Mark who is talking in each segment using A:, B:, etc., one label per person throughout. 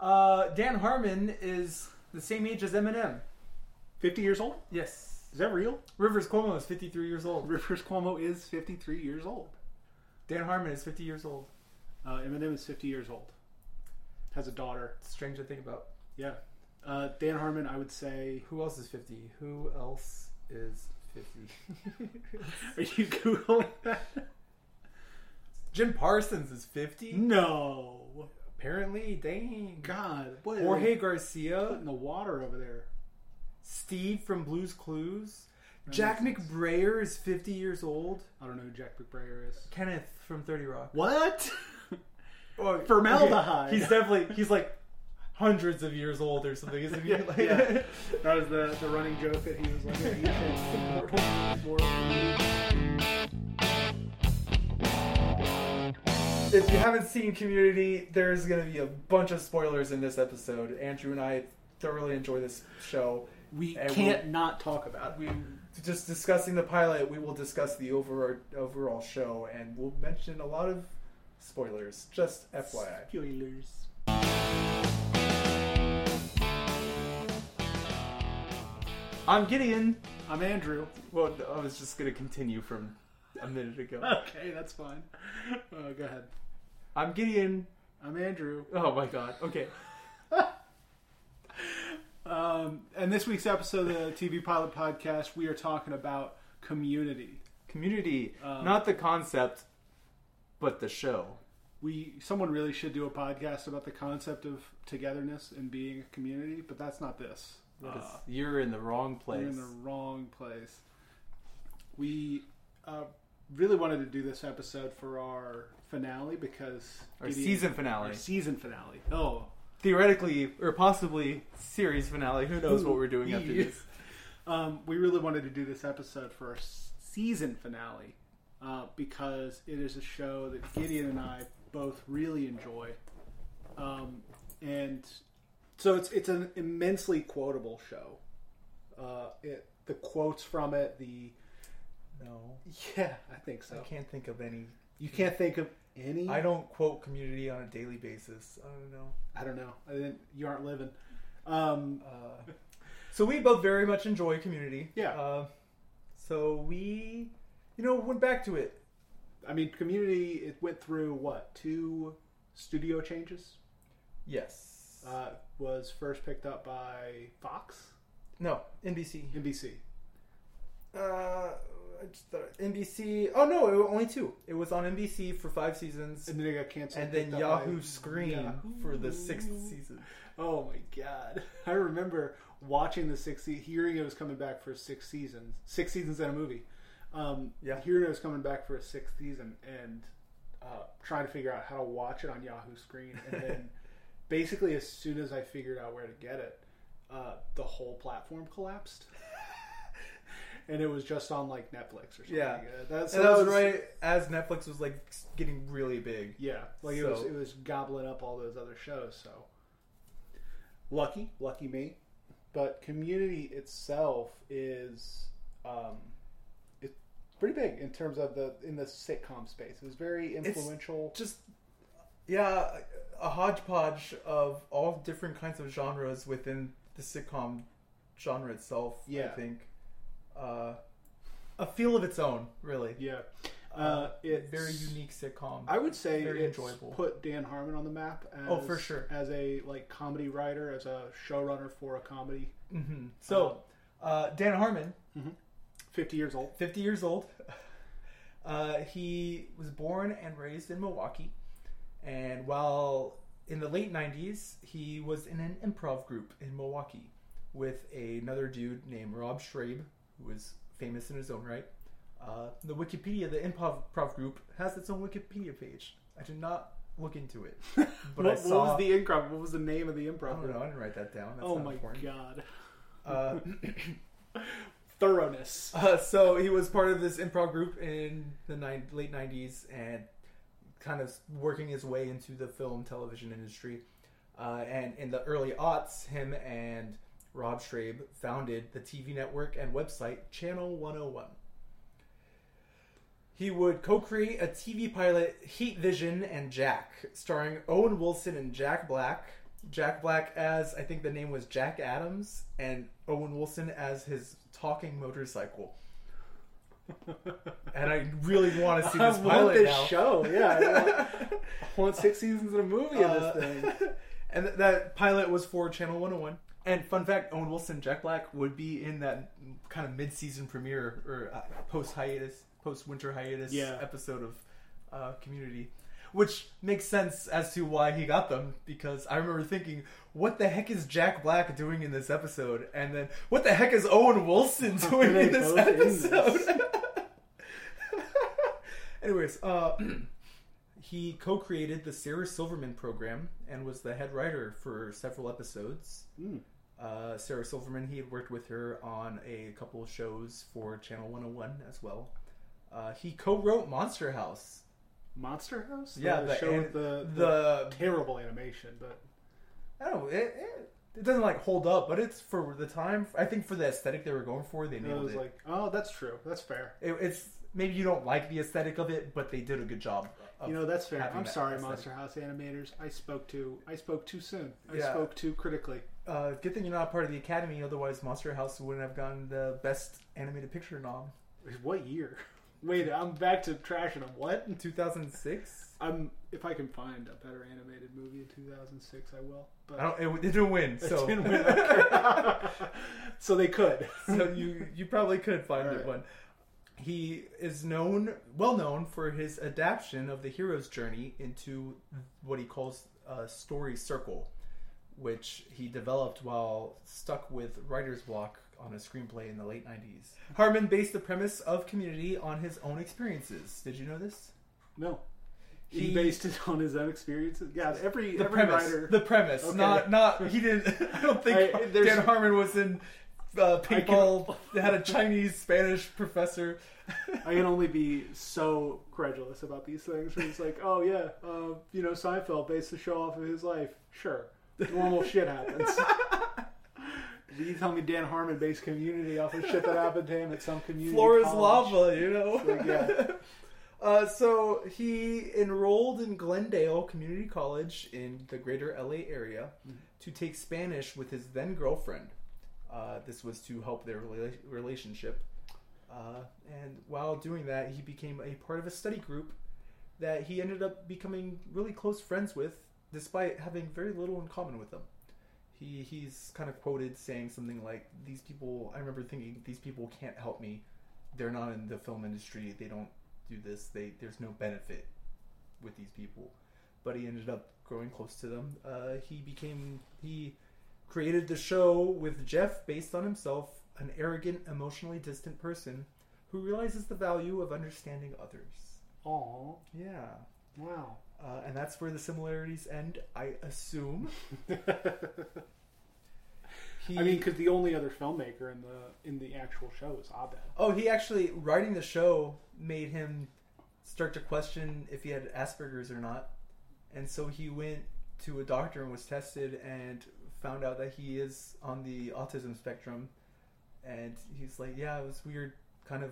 A: Uh, Dan Harmon is the same age as Eminem.
B: 50 years old?
A: Yes.
B: Is that real?
A: Rivers Cuomo is 53 years old.
B: Rivers Cuomo is 53 years old.
A: Dan Harmon is 50 years old.
B: Uh, Eminem is 50 years old. Has a daughter.
A: It's strange to think about.
B: Yeah. Uh, Dan Harmon, I would say.
A: Who else is 50? Who else is 50?
B: Are you Googling that?
A: Jim Parsons is 50?
B: No.
A: Apparently, dang.
B: God. What are
A: Jorge
B: they
A: Garcia,
B: putting the water over there?
A: Steve from Blues Clues, Jack
B: makes
A: McBrayer is 50 years old,
B: I don't know who Jack McBrayer is.
A: Kenneth from 30 Rock.
B: What?
A: Oh,
B: Formaldehyde.
A: okay, He's definitely, he's like hundreds of years old or something, isn't he?
B: Yeah,
A: Like-
B: yeah. that was the, the running joke that he was like, "Hey, you think it's more- more-
A: If you haven't seen Community, there's going to be a bunch of spoilers in this episode. Andrew and I thoroughly enjoy this show.
B: We
A: And
B: can't not talk about it.
A: We just discussing the pilot. We will discuss the over overall show, and we'll mention a lot of spoilers. Just FYI.
B: Spoilers.
A: I'm Gideon.
B: I'm Andrew.
A: Well, I was just gonna continue from a minute ago.
B: Okay, that's fine. Uh, go ahead.
A: I'm Gideon.
B: I'm Andrew.
A: Oh my god. Okay.
B: Um, and this week's episode of the TV Pilot Podcast, we are talking about community.
A: Community,
B: Um,
A: not the concept, but the show.
B: We someone really should do a podcast about the concept of togetherness and being a community, but that's not this.
A: That is-
B: Uh,
A: you're in the wrong place.
B: We're in the wrong place. We uh, really wanted to do this episode for our finale because
A: Our
B: Gideon-
A: season finale.
B: our season finale. Oh,
A: theoretically or possibly series finale. Who knows what we're doing after this?
B: Um, we really wanted to do this episode for our s- season finale uh, because it is a show that Gideon and I both really enjoy, um, and so it's it's an immensely quotable show. Uh, it the quotes from it, the
A: No,
B: yeah, I think so.
A: I can't think of any.
B: You can't think of any.
A: I don't quote Community on a daily basis. I don't know.
B: I don't know. I didn't, you aren't living. Um,
A: Uh, so we both very much enjoy Community.
B: Yeah.
A: Uh, so we, you know, went back to it.
B: I mean, Community. It went through what two studio changes?
A: Yes.
B: Uh, was first picked up by Fox,
A: no, NBC.
B: NBC.
A: Uh, I just thought NBC. Oh no, it was only two. It was on NBC for five seasons,
B: And then it got canceled.
A: and then
B: picked up by-
A: Yahoo Screen
B: Yahoo.
A: for the sixth season.
B: Oh my god! I remember watching the six, se- hearing it was coming back for six seasons, six seasons and a movie. Um,
A: Yeah.
B: hearing it was coming back for a sixth season, and uh, trying to figure out how to watch it on Yahoo Screen, and then basically as soon as I figured out where to get it, uh, the whole platform collapsed. And it was just on like Netflix or something. Uh,
A: Yeah.
B: that's
A: and that was right as Netflix was like getting really big.
B: Yeah, like it was
A: So-
B: it was gobbling up all those other shows. So lucky, lucky me. But Community itself is um, it's pretty big in terms of the in the sitcom space. It was very influential.
A: Just yeah, a hodgepodge of all different kinds of genres within the sitcom genre itself. I
B: Yeah.
A: think uh, a feel of its own, really.
B: yeah, uh, it's
A: very unique sitcom.
B: I would say
A: very
B: it's
A: enjoyable.
B: put Dan Harmon on the map. As,
A: Oh, for sure.
B: As a like comedy writer, as a showrunner for a comedy.
A: hmm So
B: Uh-huh.
A: uh, Dan Harmon,
B: Fifty years old.
A: fifty years old. Uh, he was born and raised in Milwaukee, and while in the late '90s, he was in an improv group in Milwaukee with another dude named Rob Schrabe, who was famous in his own right. Uh, the Wikipedia, the improv improv group, has its own Wikipedia page. I did not look into it, but
B: what,
A: I
B: what
A: saw.
B: was the improv? What was the name of the
A: I
B: improv?
A: don't know. I didn't write that down. That's
B: oh
A: not
B: my
A: important.
B: god!
A: Uh,
B: Thoroughness.
A: Uh, so he was part of this improv group in the nine, late 90s and kind of working his way into the film television industry. Uh, and in the early aughts, him and Rob Schrabe founded the TV network and website Channel 101. He would co create a TV pilot, Heat Vision and Jack, starring Owen Wilson and Jack Black, Jack Black as I think the name was Jack Adams and Owen Wilson as his talking motorcycle. And I really want to see
B: I
A: this
B: want
A: pilot
B: this
A: now.
B: show, yeah, I want- I want six seasons of a movie of
A: Uh,
B: this thing.
A: and th- that pilot was for Channel 101. And fun fact: Owen Wilson, Jack Black would be in that kind of mid-season premiere or uh, post hiatus, post winter hiatus
B: Yeah.
A: episode of uh, Community, which makes sense as to why he got them. Because I remember thinking, "What the heck is Jack Black doing in this episode?" And then, "What the heck is Owen Wilson
B: How
A: doing
B: are they
A: in this
B: both in this?
A: episode?" Anyways, uh, he co-created the Sarah Silverman program and was the head writer for several episodes.
B: Mm.
A: Uh, Sarah Silverman, he had worked with her on a couple of shows for Channel 101 as well. Uh, he co-wrote Monster House.
B: Monster House,
A: Yeah,
B: the,
A: the
B: show
A: an-
B: with the, the
A: The
B: terrible animation, but
A: I don't know, it, it, it doesn't like hold up, but it's for the time. I think for the aesthetic they were going for, they
B: it
A: nailed
B: was
A: it.
B: like, oh, that's true, that's fair.
A: it. It's maybe you don't like the aesthetic of it, but they did a good job. Of,
B: you know, that's fair.
A: having
B: I'm
A: that
B: sorry,
A: aesthetic.
B: Monster House animators. I spoke too. I spoke too soon. I
A: Yeah.
B: spoke too critically.
A: Uh, good thing you're not part of the Academy, otherwise Monster House wouldn't have gotten the Best Animated Picture nom.
B: What year? Wait, I'm back to trashing them. What?
A: In 2006,
B: I'm if I can find a better animated movie in 2006, I will. But
A: I don't. It, it didn't win,
B: I
A: so
B: didn't win. Okay. so they could.
A: so you you probably could find
B: All
A: it
B: right.
A: one. He is known, well known for his adaptation of the hero's journey into what he calls a story circle, which he developed while stuck with writer's block on a screenplay in the late 90s. Harmon based the premise of Community on his own experiences. Did you know this?
B: No. He,
A: He-
B: based it on his own experiences. Yeah, every
A: the
B: every
A: premise.
B: writer.
A: The premise.
B: Okay.
A: Not not he didn't. I don't think
B: I- there's-
A: Dan Harmon was in uh,
B: can-
A: paintball. They had a Chinese Spanish professor.
B: I can only be so credulous about these things. Where it's like, oh yeah, uh, you know, Seinfeld based the show off of his life. Sure, normal shit happens. Did you tell me Dan Harmon based Community off of shit that happened to him at some community?
A: Flora's
B: college?
A: lava, you know.
B: Like, yeah.
A: Uh, so he enrolled in Glendale Community College in the greater LA area to take Spanish with his then girlfriend. Uh, this was to help their rela- relationship. Uh, and while doing that, he became a part of a study group that he ended up becoming really close friends with, despite having very little in common with them. He, he's kind of quoted saying something like, These people, I remember thinking, these people can't help me. They're not in the film industry. They don't do this. They there's no benefit with these people. But he ended up growing close to them. Uh, he became he created the show with Jeff based on himself, an arrogant, emotionally distant person who realizes the value of understanding others.
B: Aw,
A: Yeah.
B: wow.
A: Uh, and that's where the similarities end, I assume. He,
B: I mean, because the only other filmmaker in the in the actual show is Abed.
A: oh, he actually writing the show made him start to question if he had Asperger's or not, and so he went to a doctor and was tested and found out that he is on the autism spectrum, and he's like, yeah, it was weird. Kind of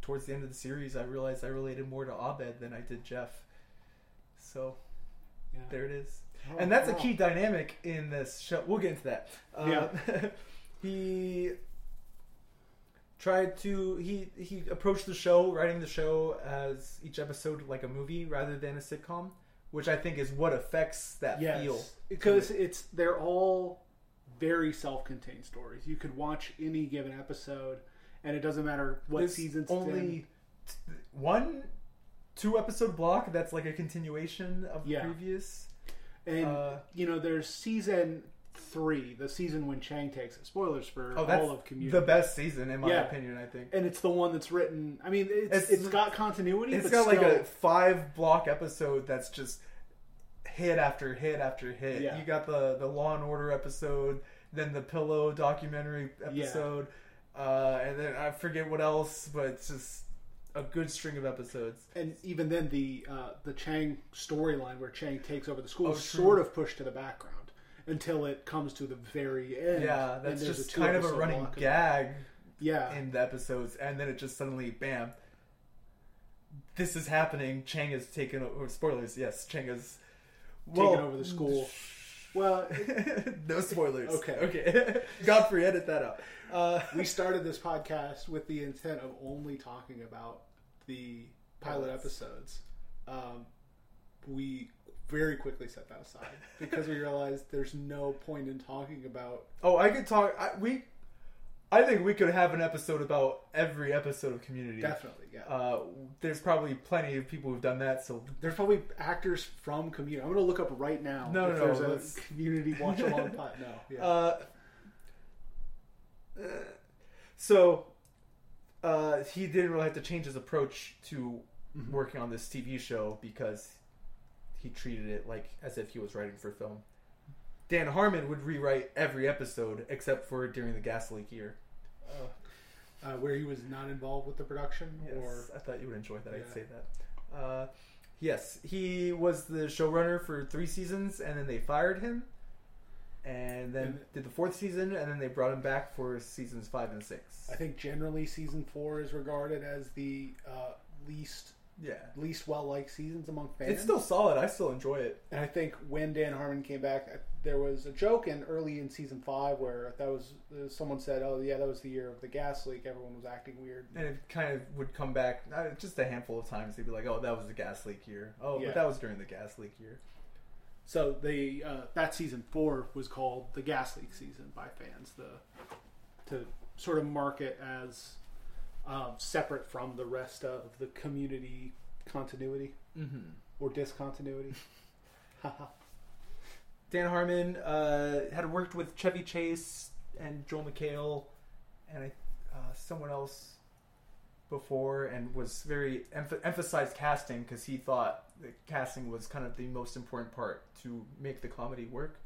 A: towards the end of the series, I realized I related more to Abed than I did Jeff. So
B: Yeah.
A: there it is.
B: Oh,
A: and that's a
B: wow.
A: key dynamic in this show. We'll get into that. Uh, he tried to he he approached the show, writing the show as each episode like a movie rather than a sitcom, which I think is what affects that feel.
B: because it's they're all very self-contained stories. You could watch any given episode, and it doesn't matter what
A: There's
B: seasons. it's in.
A: only t- one two episode block that's like a continuation of the
B: Yeah.
A: previous.
B: and
A: uh,
B: you know there's season three, the season when Chang takes it. Spoilers for
A: Oh, that's
B: all of Community,
A: the best season in my
B: Yeah.
A: opinion. I think
B: and it's the one that's written. I mean, it's
A: It's-
B: it's got continuity.
A: It's
B: but
A: got like
B: still-
A: a five block episode that's just hit after hit after hit.
B: Yeah.
A: You got the the Law and Order episode, then the Pillow documentary episode, uh, and then I forget what else, but it's just a good string of episodes.
B: and even then the uh, the Chang storyline where Chang takes over the school
A: Oh,
B: is
A: true.
B: sort of pushed to the background until it comes to the very end.
A: yeah,
B: and
A: that's
B: there's
A: just
B: two
A: kind of a
B: episode
A: running
B: block of-
A: gag
B: Yeah,
A: in the episodes, and then it just suddenly bam. This is happening. Chang has taken over. Spoilers, yes. Chang has
B: taking
A: well,
B: over the school. Well,
A: no spoilers.
B: Okay.
A: Okay. Godfrey, edit that out. Uh,
B: we started this podcast with the intent of only talking about the pilot
A: Pilots.
B: episodes. Um, we very quickly set that aside because we realized there's no point in talking about.
A: oh, I could talk. I, we, I think we could have an episode about every episode of Community.
B: Definitely, yeah.
A: Uh, there's probably plenty of people who've done that. So
B: There's probably actors from Community. I'm going to look up right now.
A: No,
B: if
A: no, no,
B: there's a
A: let's-
B: Community watch along pot. No, yeah.
A: Uh, uh, so uh, he didn't really have to change his approach to working on this TV show because he treated it like as if he was writing for film. Dan Harmon would rewrite every episode except for during the gas leak year.
B: uh, where he was not involved with the production,
A: Yes,
B: or
A: I thought you would enjoy that. I'd
B: Yeah.
A: say that. Uh, yes, he was the showrunner for three seasons, and then they fired him, and then
B: And-
A: did the fourth season, and then they brought him back for seasons five and six.
B: I think generally season four is regarded as the uh, least
A: Yeah,
B: least well liked seasons among fans.
A: it's still solid. I still enjoy it.
B: And I think when Dan Harmon came back, I- there was a joke in early in season five where that was uh, someone said, "Oh yeah, that was the year of the gas leak. Everyone was acting weird."
A: And it kind of would come back uh, just a handful of times. They'd be like, "Oh, that was the gas leak year. Oh,
B: Yeah.
A: but that was during the gas leak year."
B: So they uh, that season four was called the gas leak season by fans, the to sort of mark it as um, separate from the rest of the community continuity
A: Mm-hmm.
B: or discontinuity. Haha.
A: Dan Harmon uh, had worked with Chevy Chase and Joel McHale and I, uh, someone else before, and was very emph- emphasized casting because he thought that casting was kind of the most important part to make the comedy work.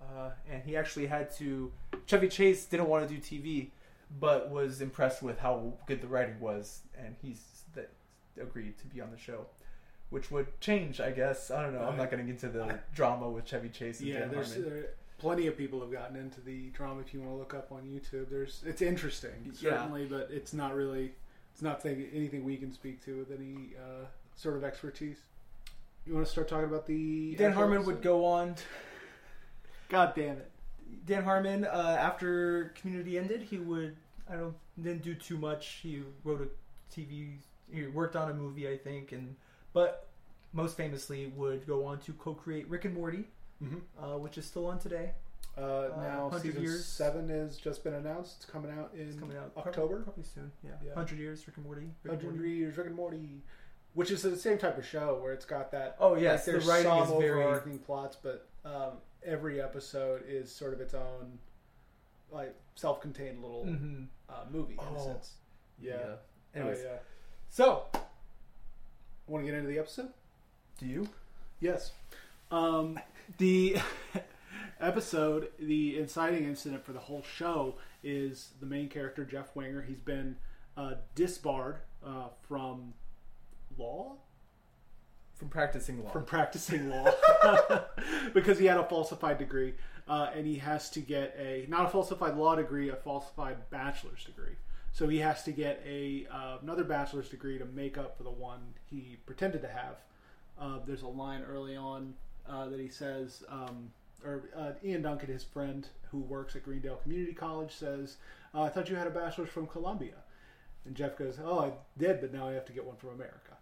A: Uh, and he actually had to. Chevy Chase didn't want to do TV, but was impressed with how good the writing was, and he's that agreed to be on the show. Which would change, I guess. I don't know. I'm not getting into the drama with Chevy Chase and
B: yeah,
A: Dan
B: there's
A: Harmon.
B: uh, plenty of people have gotten into the drama. If you want to look up on YouTube, there's it's interesting
A: Yeah.
B: certainly, but it's not really it's not thing, anything we can speak to with any uh, sort of expertise. You want to start talking about the
A: Dan
B: actual
A: Harmon would
B: episode?
A: go on
B: God damn it!
A: Dan Harmon, uh, after Community ended, he would I don't didn't do too much. He wrote a TV, he worked on a movie, I think, and but most famously would go on to co-create Rick and Morty, uh, which is still on today.
B: Mm-hmm. Uh, now
A: 100
B: season
A: years.
B: seven has just been announced. It's coming out in
A: It's coming out prob-
B: October.
A: probably soon. Yeah,
B: Yeah.
A: hundred years Rick and Morty. Rick and
B: Hundred
A: Morty.
B: years Rick and Morty, which is the same type of show where it's got that
A: Oh yes,
B: like,
A: the
B: there's
A: writing
B: some
A: is very
B: overarching plots, but um, every episode is sort of its own, like self-contained little
A: Mhm.
B: uh, movie. In a
A: Oh.
B: sense. Yeah.
A: Anyways,
B: Oh, yeah.
A: so
B: Want to get into the episode?
A: do you?
B: Yes. Um, the episode, the inciting incident for the whole show is the main character, Jeff Wanger. He's been uh, disbarred uh, from law,
A: From practicing law.
B: from practicing law, because he had a falsified degree. Uh, and he has to get a not a falsified law degree, a falsified bachelor's degree. So he has to get a uh, another bachelor's degree to make up for the one he pretended to have. Uh, there's a line early on uh, that he says, um, or uh, Ian Duncan, his friend who works at Greendale Community College, says, uh, "I thought you had a bachelor's from Columbia," and Jeff goes, "Oh, I did, but now I have to get one from America."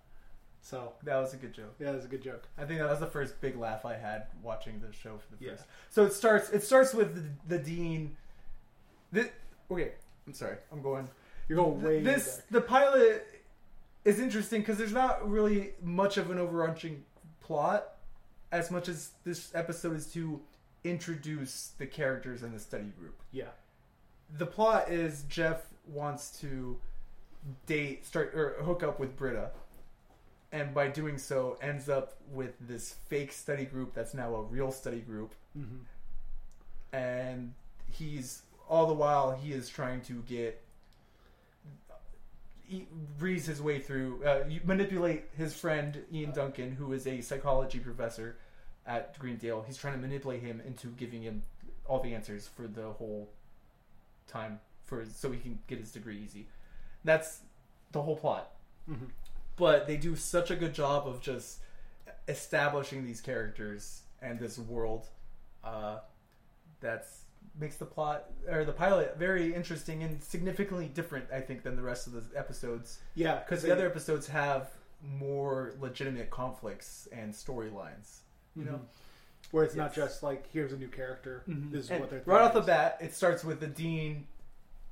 B: So
A: that was a good joke.
B: yeah, that's a good joke.
A: I think that was the first big laugh I had watching the show for the
B: Yeah.
A: first. So it starts. It starts with the, the dean. Thi- okay, I'm sorry. I'm going.
B: You're going way
A: this
B: back.
A: the pilot is interesting because there's not really much of an overarching plot, as much as this episode is to introduce the characters in the study group.
B: Yeah,
A: The plot is Jeff wants to date, start or hook up with Britta, and by doing so, ends up with this fake study group that's now a real study group,
B: Mhm.
A: and he's all the while he is trying to get he reads his way through uh, you manipulate his friend Ian Duncan who is a psychology professor at Greendale he's trying to manipulate him into giving him all the answers for the whole time for so he can get his degree easy that's the whole plot
B: Mhm.
A: but they do such a good job of just establishing these characters and this world uh, Uh, that's makes the plot or the pilot very interesting and significantly different, I think, than the rest of the episodes.
B: Yeah,
A: Because the other episodes have more legitimate conflicts and storylines. You know,
B: where it's
A: Yes.
B: not just like here's a new character.
A: Mhm.
B: This is
A: And
B: what they're
A: right off the
B: thinking.
A: bat. It starts with the dean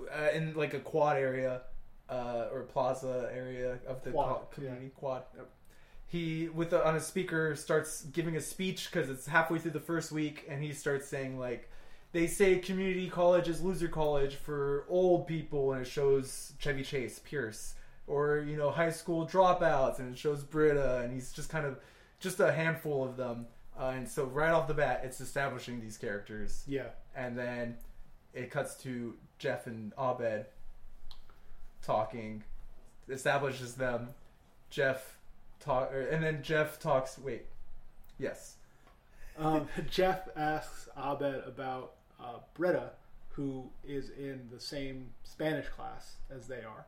A: uh, in like a quad area uh, or plaza area of the
B: Quad,
A: co- community quad. Yep. He with a, on a speaker starts giving a speech because it's halfway through the first week, and he starts saying like. They say community college is loser college for old people, and it shows Chevy Chase, Pierce, or you know high school dropouts, and it shows Britta, and he's just kind of just a handful of them. Uh, and so right off the bat, it's establishing these characters
B: Yeah,
A: and then it cuts to Jeff and Abed talking, establishes them. Jeff talk, or, and then Jeff talks. Wait, yes,
B: um, Jeff asks Abed about uh, Britta, who is in the same Spanish class as they are,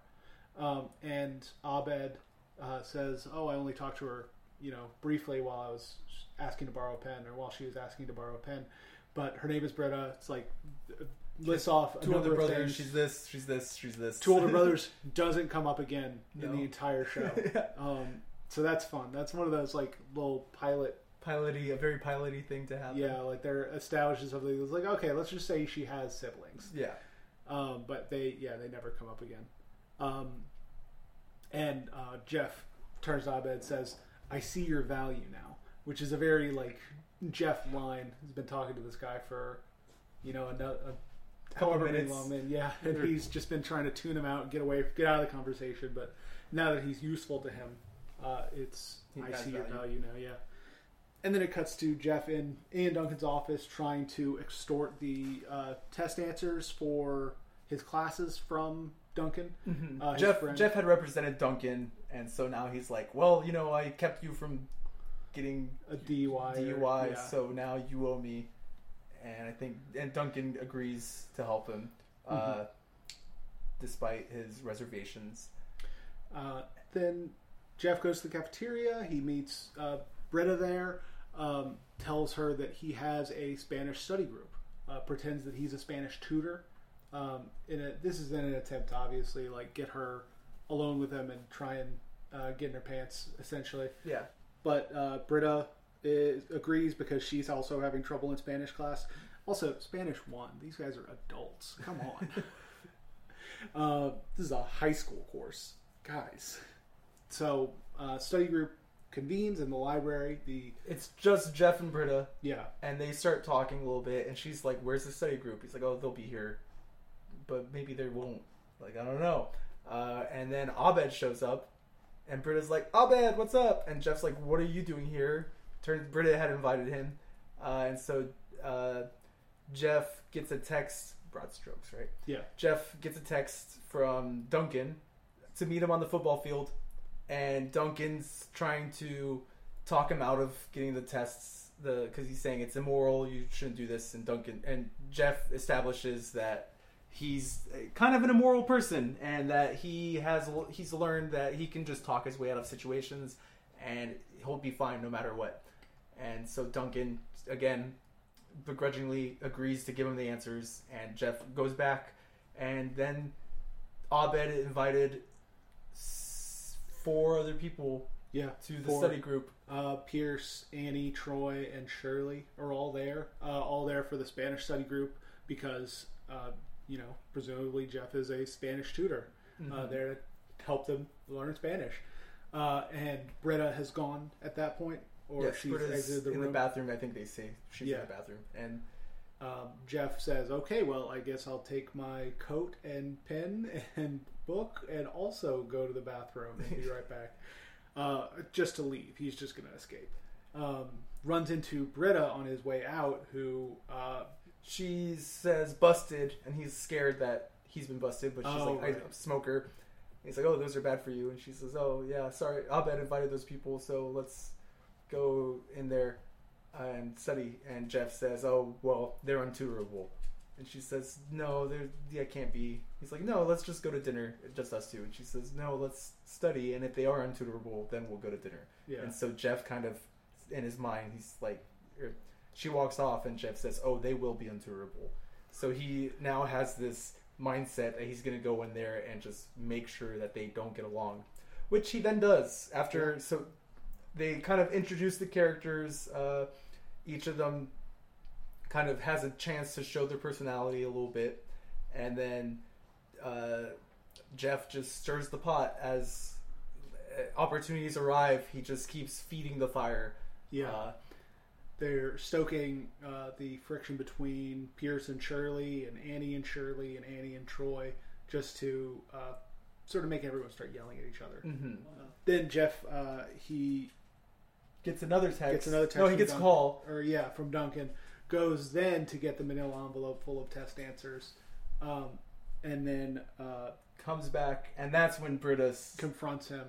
B: um, and Abed uh, says, "Oh, I only talked to her, you know, briefly while I was asking to borrow a pen, or while she was asking to borrow a pen, but her name is Britta." It's like lists off a
A: two
B: number
A: older
B: of
A: brothers.
B: things.
A: She's this. She's this. She's this.
B: Two Older Brothers doesn't come up again
A: No.
B: in the entire show.
A: Yeah.
B: Um, so that's fun. That's one of those like little pilot,
A: piloty, a very piloty thing to happen.
B: yeah, like they're establishing something. It's like okay, let's just say she has siblings,
A: yeah.
B: um, but they yeah they never come up again. Um, and uh, Jeff turns to Abed says, "I see your value now," which is a very like Jeff line. He's been talking to this guy for you know another. A,
A: Couple
B: However many
A: minutes.
B: long minutes, yeah, and he's just been trying to tune him out, get away, get out of the conversation. But now that he's useful to him, uh, it's
A: He
B: I
A: has
B: see your
A: value.
B: value now, yeah. And then it cuts to Jeff in Ian Duncan's office trying to extort the uh, test answers for his classes from Duncan. Uh, his
A: Jeff
B: friend.
A: Jeff had represented Duncan, and so now he's like, well, you know, I kept you from getting
B: a DUI. or-
A: DUI,
B: yeah.
A: so now you owe me. And I think and Duncan agrees to help him, uh, despite his reservations.
B: Uh, then Jeff goes to the cafeteria. He meets uh, Britta there, um, tells her that he has a Spanish study group, uh, pretends that he's a Spanish tutor. Um, in a, this is in an attempt, to obviously, like get her alone with him and try and uh, get in her pants, essentially.
A: Yeah,
B: But uh, Britta is, agrees because she's also having trouble in Spanish class. Also, Spanish one. These guys are adults. Come on. uh, this is a high school course, guys. So, uh, study group convenes in the library. The
A: it's just Jeff and Britta,
B: yeah,
A: and they start talking a little bit. And she's like, "Where's the study group?" He's like, "Oh, they'll be here, but maybe they won't." Like I don't know. Uh, and then Abed shows up, and Britta's like, "Abed, what's up?" And Jeff's like, "What are you doing here?" Turns Britta had invited him, uh, and so uh, Jeff gets a text. Broad strokes, right?
B: yeah.
A: Jeff gets a text from Duncan to meet him on the football field, and Duncan's trying to talk him out of getting the tests. The because he's saying it's immoral, you shouldn't do this. And Duncan and Jeff establishes that he's uh, kind of an immoral person, and that he has l- he's learned that he can just talk his way out of situations, and he'll be fine no matter what. And so Duncan again begrudgingly agrees to give him the answers, and Jeff goes back, and then Abed invited s- four other people
B: Yeah,
A: to the
B: For-
A: study group.
B: Uh, Pierce, Annie, Troy, and Shirley are all there. Uh, all there for the Spanish study group because, uh, you know, presumably Jeff is a Spanish tutor uh,
A: Mm-hmm.
B: there to help them learn Spanish. Uh, and Britta has gone at that point, or
A: Yes,
B: she's
A: Britta's
B: exited the
A: in
B: room.
A: the bathroom. I think they say she's
B: Yeah.
A: in the bathroom, and
B: um, Jeff says, "Okay, well, I guess I'll take my coat and pen and book, and also go to the bathroom and be right back." Uh, just to leave, he's just going to escape. Um, runs into Britta on his way out, who uh,
A: she says busted, and he's scared that he's been busted. But she's
B: Oh,
A: like,
B: right.
A: I'm a smoker. And he's like, oh, those are bad for you. And she says, oh yeah, sorry, Abed invited those people, so let's go in there and study. And Jeff says, oh well, they're untutorable. And she says, no, there, yeah, can't be. He's like, no, let's just go to dinner, just us two. And she says, no, let's study, and if they are untutorable, then we'll go to dinner.
B: yeah,
A: And so Jeff kind of, in his mind, he's like, or she walks off, and Jeff says, "Oh, they will be untourable." So he now has this mindset that he's going to go in there and just make sure that they don't get along, which he then does after.
B: Yeah.
A: So they kind of introduce the characters. Uh, each of them kind of has a chance to show their personality a little bit, and then uh, Jeff just stirs the pot as uh, opportunities arrive. He just keeps feeding the fire.
B: Yeah.
A: Uh,
B: They're stoking uh, the friction between Pierce and Shirley, and Annie and Shirley, and Annie and Troy, just to uh, sort of make everyone start yelling at each other.
A: mhm.
B: Then Jeff, uh, he
A: Gets another text.
B: Gets another text
A: No, he
B: from
A: gets a
B: Duncan.
A: call.
B: or yeah, from Duncan, goes then to get the manila envelope full of test answers, um, and then uh,
A: Comes back, and that's when Britta's
B: confronts him.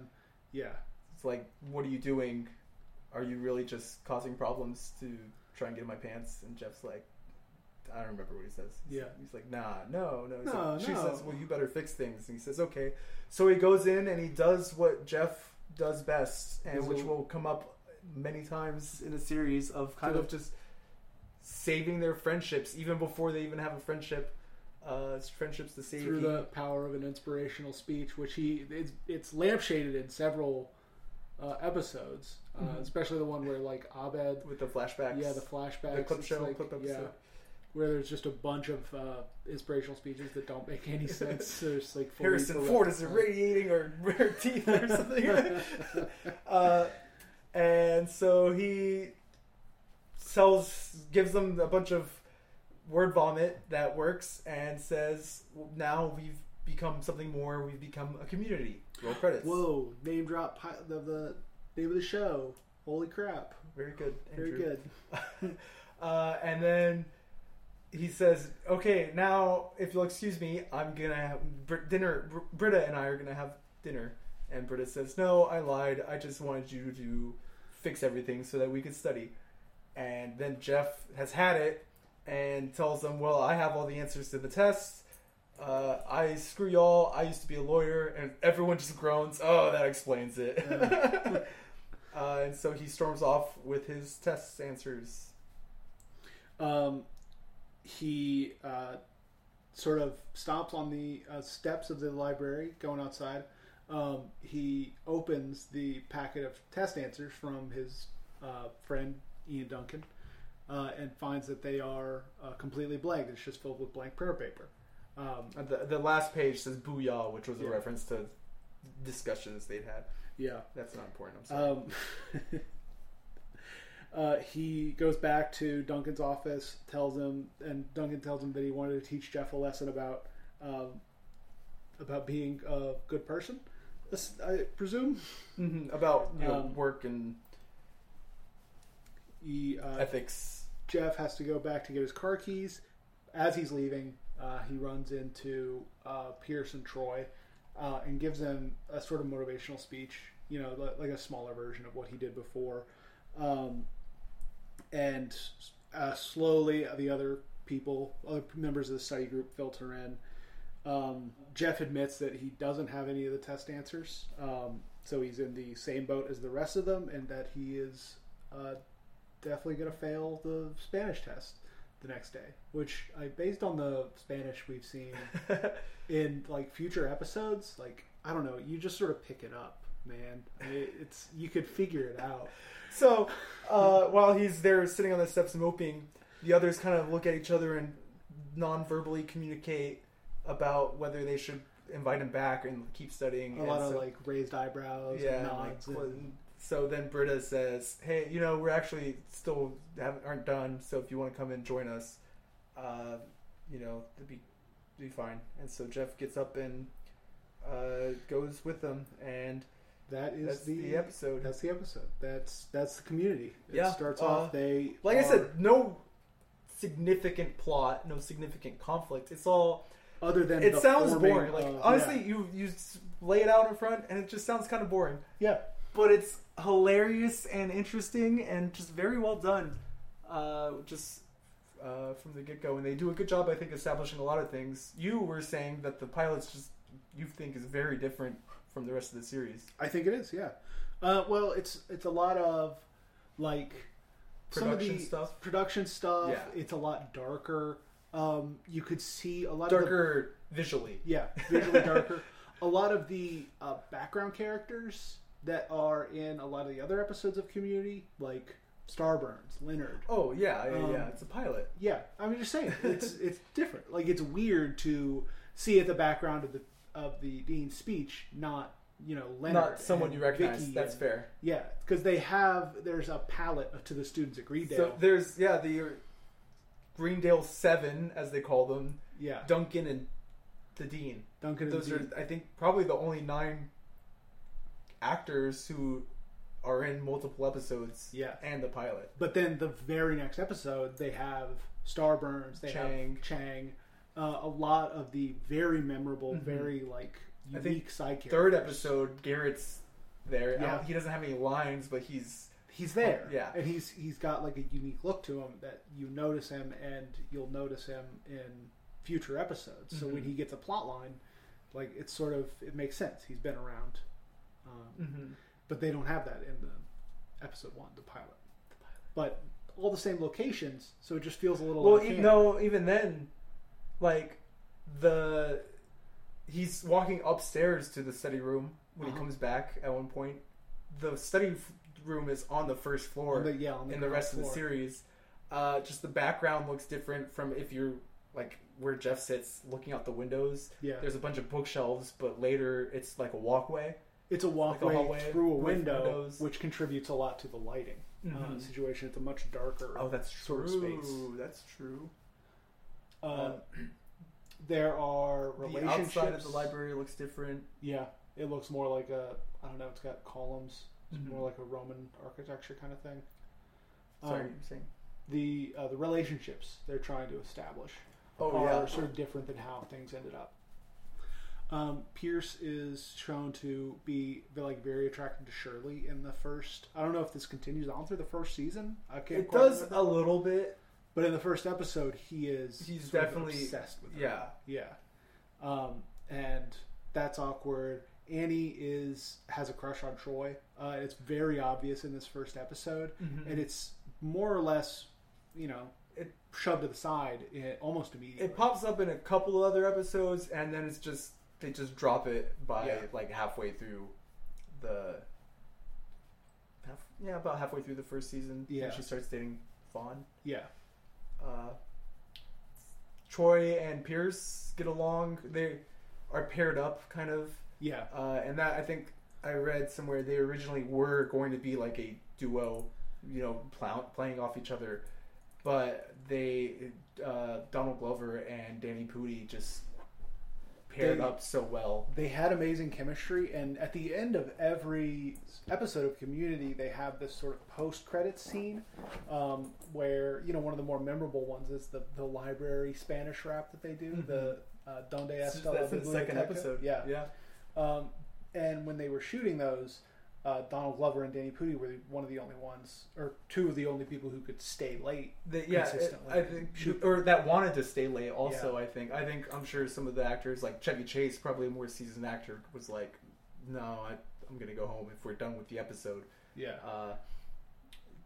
B: Yeah,
A: It's like, what are you doing? Are you really just causing problems to try and get in my pants? And Jeff's like, I don't remember what he says. He's
B: Yeah.
A: He's like, nah, no, no. He's
B: No,
A: like, she
B: no.
A: says, well, you better fix things. And he says, okay. So he goes in and he does what Jeff does best, and
B: He's
A: which
B: a-
A: will come up many times in a series of kind
B: Good.
A: of just saving their friendships, even before they even have a friendship. Uh, it's friendships to save.
B: through
A: He-
B: the power of an inspirational speech, which he it's, it's lampshaded in several uh, episodes, uh,
A: Mhm.
B: especially the one where like Abed,
A: with the flashbacks.
B: yeah, the flashbacks,
A: the clip
B: it's
A: show,
B: like-
A: clip episode.
B: yeah, where there's just a bunch of uh, inspirational speeches that don't make any sense. there's like fully
A: Harrison
B: corrupt-
A: Ford is irradiating her, her teeth or something. uh, and so he sells, gives them a bunch of word vomit that works, and says, "Now we've become something more. We've become a community." Roll credits.
B: Whoa! Name drop pi- the, the name of the show. Holy crap!
A: Very good.
B: Very
A: Andrew.
B: good.
A: uh, and then he says, "Okay, now if you'll excuse me, I'm gonna have Br- dinner. Br- Britta and I are gonna have dinner." And Britta says, "No, I lied. I just wanted you to fix everything so that we could study." And then Jeff has had it and tells them, "Well, I have all the answers to the tests." Uh, I screw y'all. I used to be a lawyer, and everyone just groans. Oh, that explains it. uh, and so he storms off with his test answers.
B: um, he uh, sort of stops on the uh, steps of the library going outside. Um, he opens the packet of test answers from his uh, friend Ian Duncan uh, and finds that they are uh, completely blank. It's just filled with blank prayer paper. Um,
A: Uh, The, the last page says "booyah," which was a
B: Yeah.
A: reference to discussions they'd had.
B: yeah.
A: That's not important. I'm sorry.
B: Um, uh, he goes back to Duncan's office, tells him, and Duncan tells him that he wanted to teach Jeff a lesson about um, about being a good person. this- I presume
A: Mhm, About you know,
B: um,
A: work and
B: he, uh,
A: ethics.
B: Jeff has to go back to get his car keys. As he's leaving, uh, he runs into uh, Pierce and Troy uh, and gives them a sort of motivational speech, you know, li- like a smaller version of what he did before. Um, and uh, slowly, the other people, other members of the study group, filter in. Um, Jeff admits that he doesn't have any of the test answers, um, so he's in the same boat as the rest of them, and that he is uh, definitely going to fail the Spanish test the next day, which I based on the Spanish we've seen in like future episodes, like I don't know, you just sort of pick it up, man. I mean, it's you could figure it out.
A: so uh, while he's there sitting on the steps moping, the others kind of look at each other and non-verbally communicate about whether they should invite him back and keep studying.
B: A
A: and
B: lot of
A: so-
B: like raised eyebrows,
A: yeah, and,
B: and nods,
A: like,
B: and-
A: cl- so then Britta says, "Hey, you know, we're actually still haven't, aren't done. So if you want to come and join us, uh, you know, it'd be it'd be fine." And so Jeff gets up and uh, goes with them, and
B: that is
A: that's the,
B: the,
A: episode.
B: that's the episode. That's that's the community. It
A: Yeah,
B: starts
A: uh,
B: off they
A: like I
B: are-
A: said, no significant plot, no significant conflict. It's all.
B: other than
A: It
B: the
A: sounds
B: forming
A: boring. Like
B: of- yeah.
A: honestly, you you s- lay it out in front, and it just sounds kind of boring.
B: yeah.
A: but it's hilarious and interesting and just very well done uh, just uh, from the get-go and they do a good job i think establishing a lot of things you were saying that the pilots just you think is very different from the rest of the series
B: I think it is. Yeah. Uh, well, it's it's a lot of like some
A: Production
B: of the
A: stuff?
B: Production stuff.
A: Yeah.
B: It's a lot darker. Um, you could see a lot of the
A: Darker visually.
B: Yeah, visually darker. a lot of the uh, background characters that are in a lot of the other episodes of Community, like Starburns, Leonard.
A: Oh yeah, yeah, yeah.
B: Um,
A: It's a pilot.
B: Yeah, I'm just saying it's it's different. Like it's weird to see at the background of the of the dean's speech, not you know Leonard,
A: Not someone
B: and
A: you recognize.
B: Vicky
A: That's
B: and-
A: fair.
B: Yeah, because they have there's a palette to the students at Greendale.
A: So there's yeah the Greendale Seven as they call them,
B: yeah,
A: Duncan and the Dean.
B: Duncan. And
A: Those
B: the Dean.
A: are I think probably the only nine actors who are in multiple episodes.
B: Yeah.
A: and the pilot.
B: But then the very next episode, they have Starburns, they
A: Chang.
B: have Chang, uh, a lot of the very memorable,
A: Mhm.
B: very like
A: I
B: unique
A: think
B: side characters.
A: Third episode, Garrett's there. I
B: Yeah.
A: don't- he doesn't have any lines, but he's
B: he's there,
A: Yeah.
B: and he's he's got like a unique look to him that you notice him, and you'll notice him in future episodes. So when
A: Mhm.
B: he gets a plot line, like it's sort of it makes sense. He's been around,
A: Mm.
B: um, but they don't have that in the episode one, the pilot. But all the same locations, so it just feels a little. eh.
A: well,
B: uncanny.
A: even, no, even then, like the he's walking upstairs to the study room when
B: Uh-huh.
A: he comes back at one point. The study f- room is on the first floor
B: On the- yeah, on
A: in the rest of
B: ground
A: the
B: floor.
A: series. Uh, just the background looks different from if you're like where Jeff sits looking out the windows.
B: Yeah,
A: There's a bunch of bookshelves, but later it's like a walkway.
B: it's a walkway
A: hallway
B: through a
A: with
B: window,
A: windows.
B: which contributes a lot to the lighting uh,
A: Mhm.
B: situation. It's a much darker.
A: Oh, that's
B: Sort
A: true.
B: of space.
A: That's true.
B: um,
A: uh,
B: there are
A: The
B: relationships.
A: outside of the library looks different.
B: Yeah, it looks more like a I don't know. It's got columns. It's
A: Mhm.
B: more like a Roman architecture kind of thing. Um,
A: Sorry, I'm saying.
B: the uh, the relationships they're trying to establish
A: Oh,
B: are
A: yeah.
B: sort of different than how things ended up. Um, Pierce is shown to be like very attracted to Shirley in the first. I don't know if this continues on through the first season. I can't.
A: It
B: quite
A: does
B: remember.
A: a little bit.
B: but in the first episode, he is
A: He's
B: sort of
A: definitely-
B: obsessed with her.
A: Yeah.
B: yeah. Um, and that's awkward. Annie is has a crush on Troy. Uh, it's very obvious in this first episode,
A: Mhm.
B: and it's more or less, you know,
A: It-
B: shoved to the side eh, almost immediately.
A: It pops up in a couple other episodes, and then it's just they just drop it by
B: Yeah.
A: like halfway through the. Half, yeah, about halfway through the first season. when
B: Yeah.
A: she starts dating Vaughn.
B: yeah,
A: Uh, Troy and Pierce get along. They are paired up, kind of,
B: yeah.
A: uh, and that I think I read somewhere they originally were going to be like a duo, you know, plow, playing off each other, but they uh, Donald Glover and Danny Pudi just paired
B: They-
A: up so well.
B: They had amazing chemistry, and at the end of every episode of Community, they have this sort of post-credits scene um, where you know one of the more memorable ones is the, the library Spanish rap that they do, the uh, "Donde
A: Mm-hmm. That's
B: está la
A: in the second
B: biblioteca?
A: episode.
B: Yeah,
A: yeah.
B: Um, and when they were shooting those, uh, Donald Glover and Danny Pudi were one of the only ones, or two of the only people who could stay late.
A: The, yeah,
B: Consistently.
A: I think,
B: Shoot.
A: or that wanted to stay late. Also, I think, I think, I'm sure some of the actors, like Chevy Chase, probably a more seasoned actor, was like, "No, I, I'm gonna go home if we're done with the episode."
B: Yeah,
A: Uh,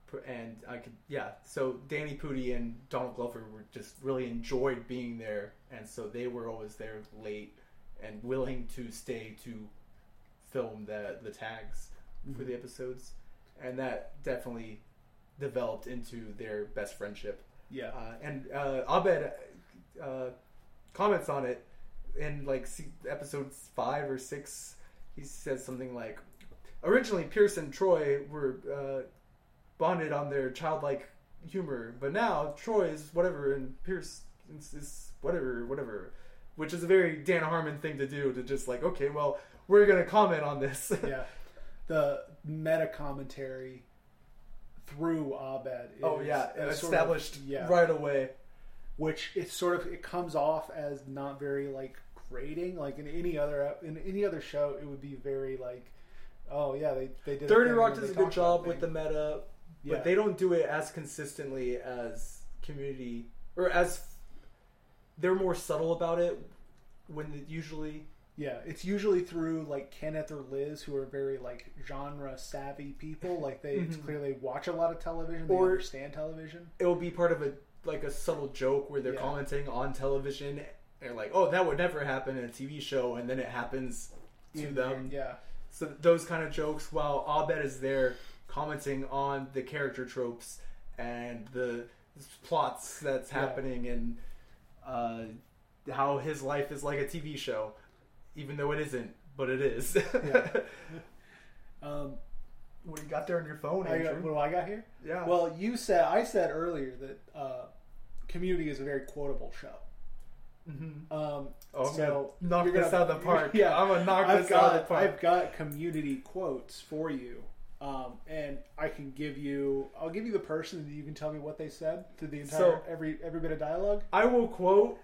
A: pr- and I could, yeah. So Danny Pudi and Donald Glover were just really enjoyed being there, and so they were always there late and willing to stay to film the the tags for the episodes, and that definitely developed into their best friendship.
B: yeah,
A: Uh, and uh, Abed uh, comments on it in like se- episode five or six. He says something like, "Originally, Pierce and Troy were uh, bonded on their childlike humor, but now Troy is whatever and Pierce is, is whatever, whatever." Which is a very Dan Harmon thing to do to just like, okay, well, we're gonna comment on this.
B: yeah. The meta commentary through Abed. Is
A: oh yeah,
B: a sort of-
A: established
B: yeah,
A: right away.
B: which it sort of it comes off as not very like grating. Like in any other in any other show, it would be very like, oh yeah, they they did. a
A: Thirty
B: thing
A: Rock
B: where
A: does
B: they
A: a good
B: talked about
A: job with the
B: things.
A: meta,
B: Yeah.
A: but they don't do it as consistently as Community or as they're more subtle about it when it usually
B: Yeah, it's usually through like Kenneth or Liz, who are very like genre savvy people. Like they it's
A: Mhm.
B: clearly watch a lot of television, they
A: Or-
B: understand television.
A: It will be part of a like a subtle joke where they're
B: Yeah.
A: commenting on television. They're like, "Oh, that would never happen in a TV show," and then it happens to
B: In-
A: them.
B: yeah,
A: So those kind of jokes, while Abed is there commenting on the character tropes and the plots that's
B: Yeah.
A: happening and uh, how his life is like a TV show, even though it isn't, but it is.
B: Yeah. um,
A: what do you got there on your phone,
B: I got, what do I got here?
A: yeah. Well,
B: Well, you said I said earlier that uh, Community is a very quotable show. Um,
A: oh, I'm
B: so
A: gonna knock
B: you're
A: this
B: gonna-
A: out of the park.
B: Yeah,
A: I'm gonna knock
B: I've
A: this
B: got
A: out of the park.
B: I've got community quotes for you, um, and I can give you. I'll give you the person, and you can tell me what they said through the entire
A: So-
B: every every bit of dialogue.
A: I will quote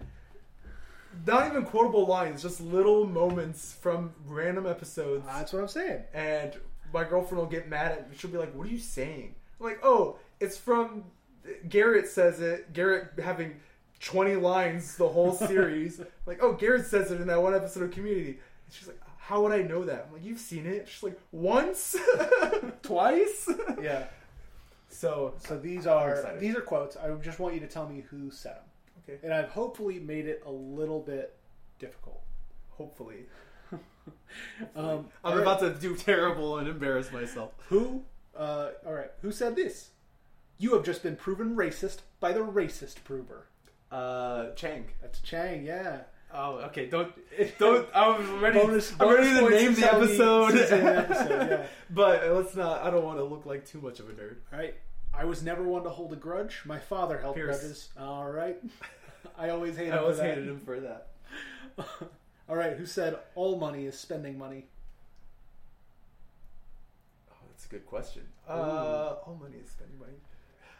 A: not even quotable lines, just little moments from random episodes.
B: That's what I'm saying.
A: and my girlfriend will get mad at me. She'll be like, "What are you saying?" I'm like, "Oh, it's from Garrett says it. Garrett having 20 lines the whole series. like, oh, Garrett says it in that one episode of Community." And she's like, "How would I know that?" I'm like, "You've seen it." She's like, "Once, twice."
B: Yeah.
A: So
B: So these
A: I'm
B: are
A: excited.
B: these are quotes. I just want you to tell me who said them,
A: okay,
B: and I've hopefully made it a little bit difficult.
A: hopefully,
B: Um,
A: I'm
B: all
A: about to do terrible and embarrass myself.
B: Who? Uh, all right. Who said this? You have just been proven racist by the racist prover.
A: Uh, Chang.
B: That's Chang. Yeah.
A: Oh, okay. Don't don't. I was ready.
B: Bonus-
A: I'm ready to
B: bonus
A: name
B: points
A: the
B: if tell
A: episode.
B: me who's in the episode, yeah.
A: But uh, let's not. I don't want to look like too much of a nerd.
B: All right. I was never one to hold a grudge. My father held
A: Pierce.
B: grudges. All right. I always hated.
A: I always
B: for that.
A: hated him for that.
B: All right. Who said all money is spending money?
A: Oh, that's a good question. Uh, all money is spending money.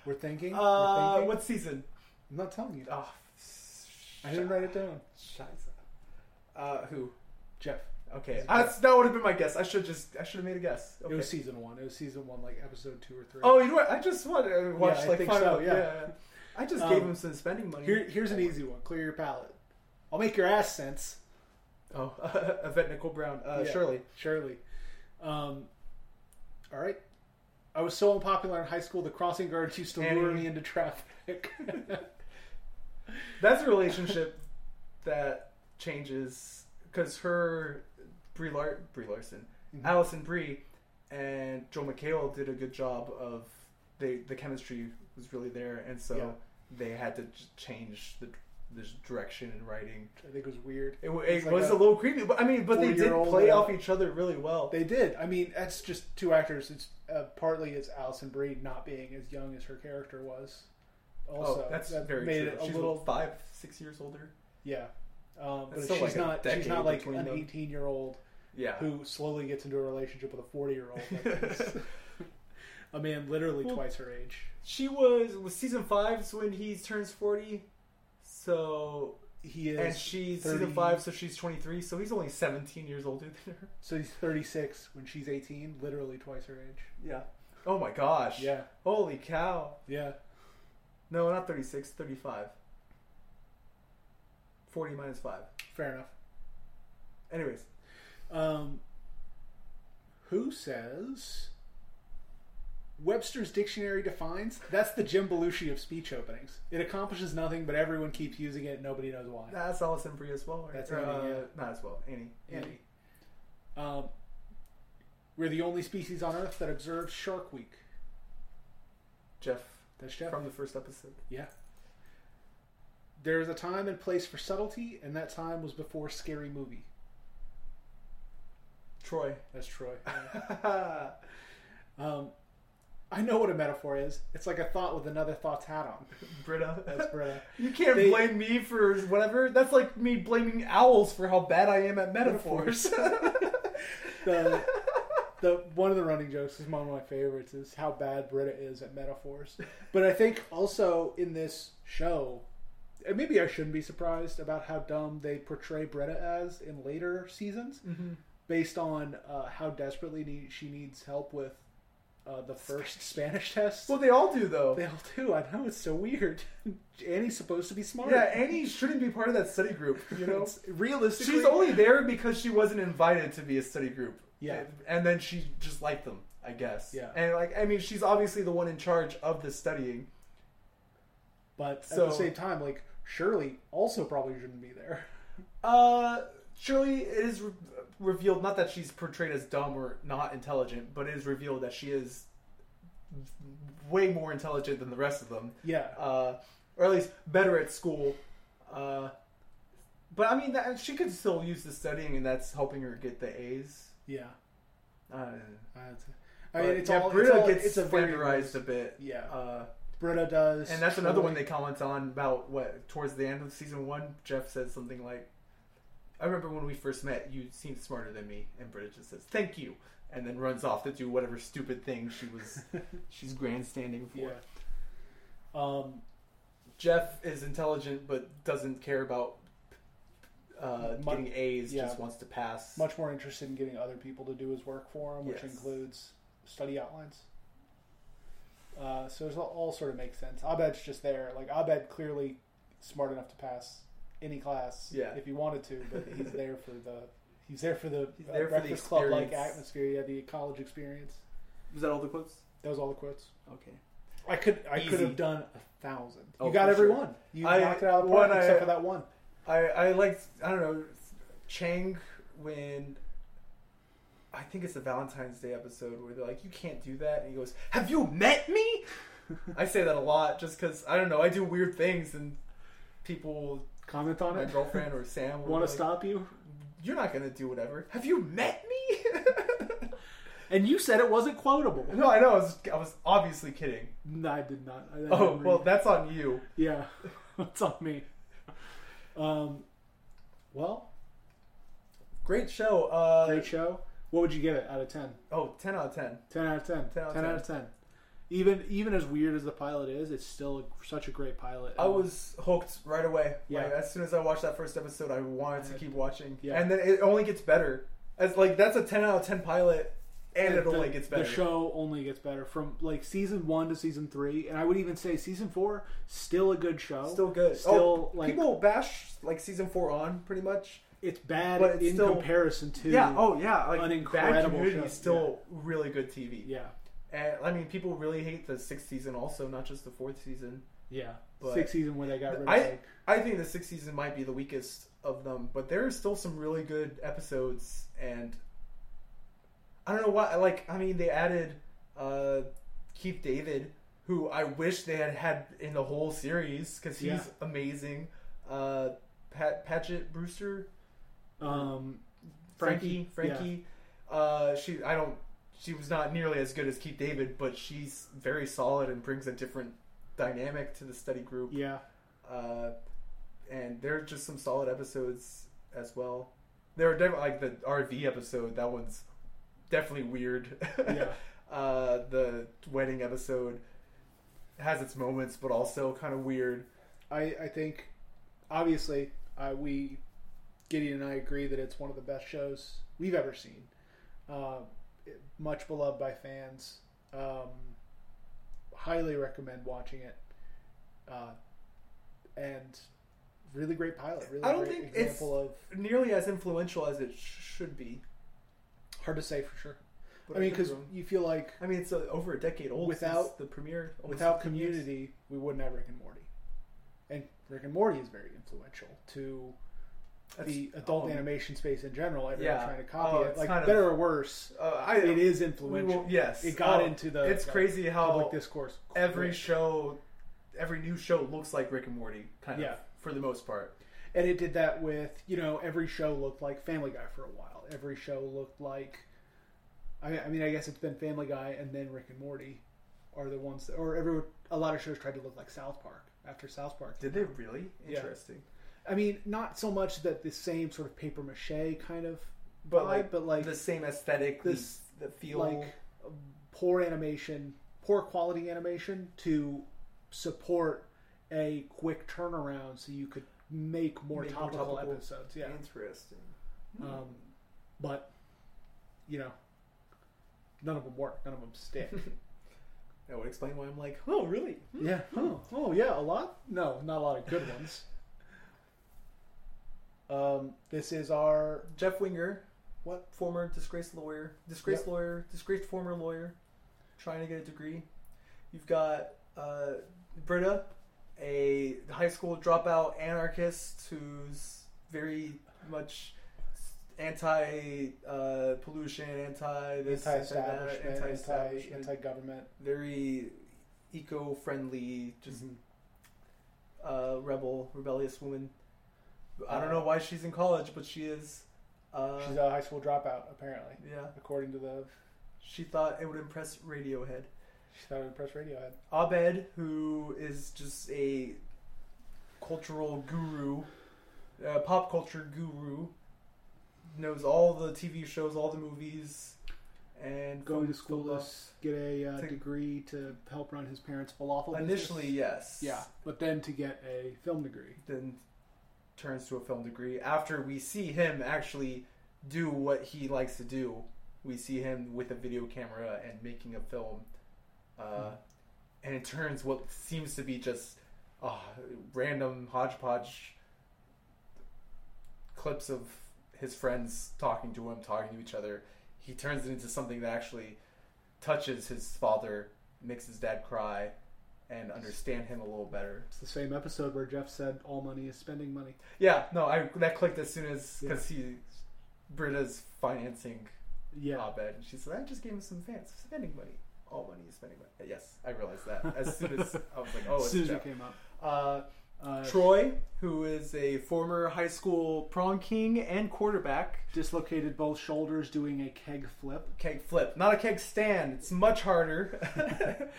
B: We're thinking. we're
A: Uh,
B: thinking.
A: what season?
B: I'm not telling you.
A: Oh,
B: I didn't write it down.
A: Shiza. Uh, who?
B: Jeff.
A: Okay, that's, that would have been my guess. I should just. I should have made a guess. Okay.
B: It was season one. It was season one, like episode two or three.
A: oh, you know what? I just want to watch
B: I
A: like
B: think
A: five
B: so,
A: of-
B: yeah.
A: I just
B: Um,
A: gave him some spending money.
B: Here, here's an easy one. Clear your palate. I'll make your ass sense.
A: Oh, Yvette Nicole Brown. Uh,
B: Yeah.
A: Shirley.
B: Surely. Um, all right. I was so unpopular in high school, the crossing guards used to lure
A: Annie.
B: me into traffic.
A: That's a relationship that changes because her Brie, Lar- Brie Larson,
B: Mhm.
A: Allison Brie, and Joel McHale did a good job of they the chemistry was really there, and so
B: Yeah.
A: they had to j- change the the direction in writing.
B: I think it was weird.
A: It, w-
B: It's
A: it
B: like
A: was
B: a
A: a, little creepy, but I mean, but they did
B: four-year-old
A: play
B: and-
A: off each other really well.
B: They did. I mean, that's just two actors. It's uh, partly it's Alison Brie not being as young as her character was. Also,
A: oh, that's
B: that
A: very
B: made
A: true.
B: it a
A: She's
B: little
A: five, six years older.
B: yeah. Um, but
A: That's
B: she's
A: still like a
B: not. She's
A: decade
B: not like
A: between
B: an
A: them.
B: eighteen-year-old
A: Yeah.
B: who slowly gets into a relationship with a forty-year-old. a man literally
A: Well,
B: twice her age.
A: She was was season five's when he turns forty, so
B: He is.
A: and she's
B: 30.
A: season five, so she's twenty three, so he's only seventeen years older than her.
B: So he's 36 when she's 18, literally twice her age.
A: Yeah. Oh my gosh.
B: Yeah,
A: Holy cow.
B: yeah.
A: No, not 36, 35. 40 minus five.
B: Fair enough.
A: Anyways,
B: Um, who says Webster's dictionary defines that's the Jim Belushi of speech openings. It accomplishes nothing, but everyone keeps using it. Nobody knows why.
A: that's Allison Brie as well. Right?
B: That's
A: Or,
B: Annie,
A: uh,
B: yeah.
A: Not as well, Annie.
B: Andy. Um, we're the only species on Earth that observes Shark Week.
A: Jeff
B: That's Jeff.
A: from the first episode.
B: yeah. There is a time and place for subtlety, and that time was before Scary Movie.
A: Troy.
B: That's Troy.
A: Boom.
B: Um, I know what a metaphor is. It's like a thought with another thought's hat on.
A: Britta.
B: That's Britta.
A: You can't
B: They-
A: blame me for whatever. That's like me blaming owls for how bad I am at metaphors.
B: The, the one of the running jokes is one of my favorites is how bad Britta is at metaphors. But I think also in this show, and maybe I shouldn't be surprised about how dumb they portray Britta as in later seasons,
A: Mhm.
B: based on uh, how desperately need, she needs help with uh, uh, the first Spanish test.
A: Well, they all do though.
B: They all do. I know it's so weird. Annie's supposed to be smart.
A: yeah, Annie shouldn't be part of that study group. You know,
B: It's- realistically,
A: she's only there because she wasn't invited to be a study group.
B: Yeah.
A: and then she just liked them, I guess.
B: Yeah.
A: and like I mean, she's obviously the one in charge of the studying.
B: But at
A: So-
B: the same time, like Shirley also probably shouldn't be there.
A: Uh, surely it is re- revealed not that she's portrayed as dumb or not intelligent, but it is revealed that she is way more intelligent than the rest of them,
B: Yeah.
A: uh, or at least better at school. Uh, but I mean, that, she could still use the studying, and that's helping her get the A's.
B: Yeah.
A: Uh,
B: I'd say- I
A: but,
B: mean, it's
A: yeah,
B: all.
A: Britta
B: it's all,
A: gets
B: it's a very
A: standardized a bit.
B: Yeah.
A: Uh,
B: Britta does,
A: and that's another
B: Shirley-
A: one they comment on about what towards the end of season one, Jeff says something like, "I remember when we first met, you seemed smarter than me," and Britta just says, "Thank you," and then runs off to do whatever stupid thing she was she's grandstanding for.
B: Yeah. Um,
A: Jeff is intelligent but doesn't care about uh,
B: Mu-
A: getting A's;
B: yeah.
A: just wants to pass.
B: much more interested in getting other people to do his work for him, which
A: Yes.
B: includes study outlines. Uh, so it's all, all sort of makes sense. Abed's just there. Like Abed clearly smart enough to pass any class
A: Yeah.
B: if he wanted to, but he's there for the he's there for the
A: He's
B: uh,
A: there for the
B: Breakfast Club like
A: experience.
B: atmosphere, yeah, the college experience.
A: Was that all the quotes?
B: That was all the quotes.
A: Okay.
B: I could I could
A: Easy.
B: have done a thousand.
A: Oh,
B: you got
A: for
B: every
A: sure.
B: one. You
A: I-
B: knocked it out of the
A: one
B: park
A: I-
B: except for that one.
A: I I liked I don't know Chang when I think it's the Valentine's Day episode where they're like you can't do that and he goes Have you met me? I say that a lot just because I don't know I do weird things and people
B: Comment on
A: my
B: it.
A: girlfriend or Sam will be
B: Want to
A: like,
B: stop you?
A: You're not gonna do whatever. Have you met me?
B: And you said it wasn't quotable.
A: no, I know I was I was obviously kidding.
B: No, I did not. I, I
A: Oh
B: didn't
A: well,
B: read.
A: that's on you.
B: yeah, it's on me. Um, well,
A: Great show. Uh,
B: great show. What would you give it out of ten?
A: Oh, 10 out of ten.
B: Ten out of ten.
A: 10 out of
B: 10 out of ten. Even even as weird as the pilot is, it's still such a great pilot.
A: I was hooked right away.
B: Yeah.
A: Like, as soon as I watched that first episode, I wanted to
B: And-
A: keep watching.
B: yeah.
A: And then it only gets better. As like that's a ten out of ten pilot, and it
B: the-
A: only gets better.
B: The show only gets better from like season one to season three, and I would even say season four still a good show.
A: still good.
B: Still
A: Oh,
B: like
A: people bash like season four on pretty much.
B: it's bad
A: but it's
B: in
A: still-
B: comparison to
A: yeah. Oh yeah. Like
B: an
A: Bad
B: incredible
A: Community
B: show.
A: is still really good TV.
B: yeah
A: And I mean, people really hate the sixth season also, not just the fourth season.
B: yeah
A: But-
B: sixth season where they got rid of
A: I-
B: like
A: I think the sixth season might be the weakest of them, but there are still some really good episodes, and I don't know why. Like, I mean, they added uh, Keith David, who I wish they had had in the whole series because he's
B: Yeah.
A: amazing. Uh, Pat Patchett Brewster,
B: um
A: Frankie,
B: Frankie,
A: Frankie. Uh, she, I don't. She was not nearly as good as Keith David, but she's very solid and brings a different dynamic to the study group
B: yeah.
A: uh, and there are just some solid episodes as well. There are definitely like the RV episode. That one's definitely weird.
B: Yeah.
A: uh, the wedding episode has its moments, but also kind of weird.
B: I, I think obviously uh, we Gideon and I agree that it's one of the best shows we've ever seen. Uh, it- much beloved by fans. Um, highly recommend watching it. Uh, and really great pilot. Really
A: I don't
B: great
A: think it's-
B: example
A: Nearly as influential as it sh- should be.
B: of hard to say for sure.
A: But
B: I mean,
A: could be
B: because
A: wrong.
B: you feel like
A: I mean, it's uh, over a decade old since
B: Without-
A: the premiere. almost
B: without
A: 15 years.
B: community, we wouldn't have Rick and Morty. And Rick and Morty is very influential to
A: That's-
B: the adult
A: um,
B: animation space in general. Everyone
A: yeah.
B: trying to copy
A: Oh,
B: it,
A: it's
B: like
A: kind of-
B: better or worse,
A: uh, I,
B: it is
A: we
B: influential.
A: will, yes,
B: It got
A: Oh,
B: into the
A: It's
B: like,
A: crazy how
B: public discourse.
A: every
B: quick.
A: show, every new show looks like Rick and Morty, kind of
B: Yeah.
A: for the most part.
B: and it did that with you know every show looked like Family Guy for a while. Every show looked like, I, I mean, I guess it's been Family Guy and then Rick and Morty are the ones, that, or every a lot of shows tried to look like South Park after South Park.
A: Did they really?
B: Yeah.
A: Interesting.
B: I mean, not so much that the same sort of paper mache kind of,
A: But
B: vibe,
A: like,
B: but like
A: the same aesthetic,
B: this,
A: the, the feel.
B: like poor animation, poor quality animation to support a quick turnaround, so you could make more,
A: Make more
B: topical,
A: topical. Mm-hmm.
B: episodes. Yeah,
A: Interesting.
B: um, but you know, none of them work. None of them stick.
A: That would explain why I'm like, oh, really? Hmm.
B: yeah. Oh, oh, yeah. A lot? No, not a lot of good ones. Um, this is our
A: Jeff Winger,
B: what?
A: former disgraced lawyer, disgraced
B: Yep.
A: lawyer, disgraced former lawyer, trying to get a degree. You've got uh, Britta, a high school dropout anarchist who's very much anti uh, pollution, anti this,
B: Anti-establishment,
A: anti
B: anti
A: establishment,
B: anti government.
A: very eco friendly, just
B: Mm-hmm.
A: uh, rebel, rebellious woman. I don't know why she's in college, but she is. Uh,
B: Uh, She's a high school dropout, apparently,
A: yeah.
B: according to the.
A: She thought it would impress Radiohead.
B: She thought it would press Radiohead.
A: Abed, who is just a cultural guru, uh, pop culture guru, knows all the TV shows, all the movies, and
B: Going to
A: films,
B: school to
A: blah,
B: s- get a uh,
A: Take-
B: degree to help run his parents' falafel.
A: blah.
B: business.
A: Initially, yes.
B: yeah, but then to get a film degree.
A: Then turns to a film degree. After we see him actually do what he likes to do, we see him with a video camera and making a film. Uh,
B: Mhm.
A: And it turns what seems to be just uh, random hodgepodge clips of his friends talking to him, talking to each other. He turns it into something that actually touches his father, makes his dad cry, and understand him a little better.
B: It's the same episode where Jeff said, "All money is spending money."
A: Yeah, no, I that clicked as soon as because he Britta's financing
B: Yeah,
A: op-ed, and she said, "I just gave him some fans spending money. All money is spending money." Yes, I realized that as soon as I was like, "Oh,
B: as
A: it's
B: soon as
A: Jeff."
B: it came up,
A: Uh,
B: uh,
A: Troy, who is a former high school prom king and quarterback,
B: dislocated both shoulders doing a keg flip.
A: keg flip, not a keg stand. It's much harder.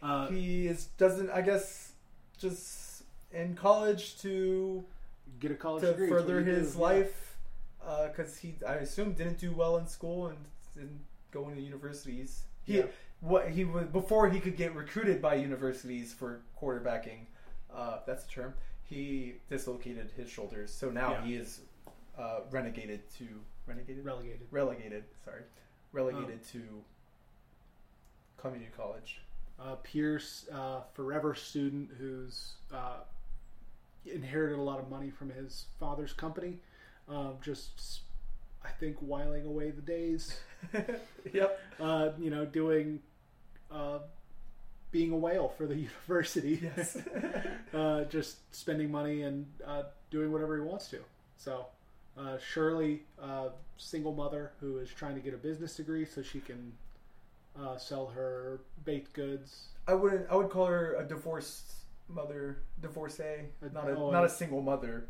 B: Uh,
A: he is doesn't I guess just in college to
B: get a college
A: to
B: degree is what
A: further
B: you do,
A: his
B: yeah.
A: life because he I assume didn't do well in school and didn't go into universities. He
B: Yeah.
A: what he was before he could get recruited by universities for quarterbacking. Uh, that's the term. He dislocated his shoulders, so now
B: Yeah.
A: he is uh, renegated to renegated
B: Relegated.
A: relegated. Sorry, relegated
B: Oh.
A: to community college.
B: uh, Pierce, uh, forever student who's uh, inherited a lot of money from his father's company, um, just I think whiling away the days.
A: yep.
B: Uh, you know, doing uh, being a whale for the university.
A: Yes.
B: uh, just spending money and uh, doing whatever he wants to. So, uh, Shirley, uh, single mother who is trying to get a business degree so she can uh, sell her baked goods.
A: I wouldn't. I would call her a divorced mother, divorcee,
B: A-
A: not a
B: oh,
A: not
B: I-
A: a single mother,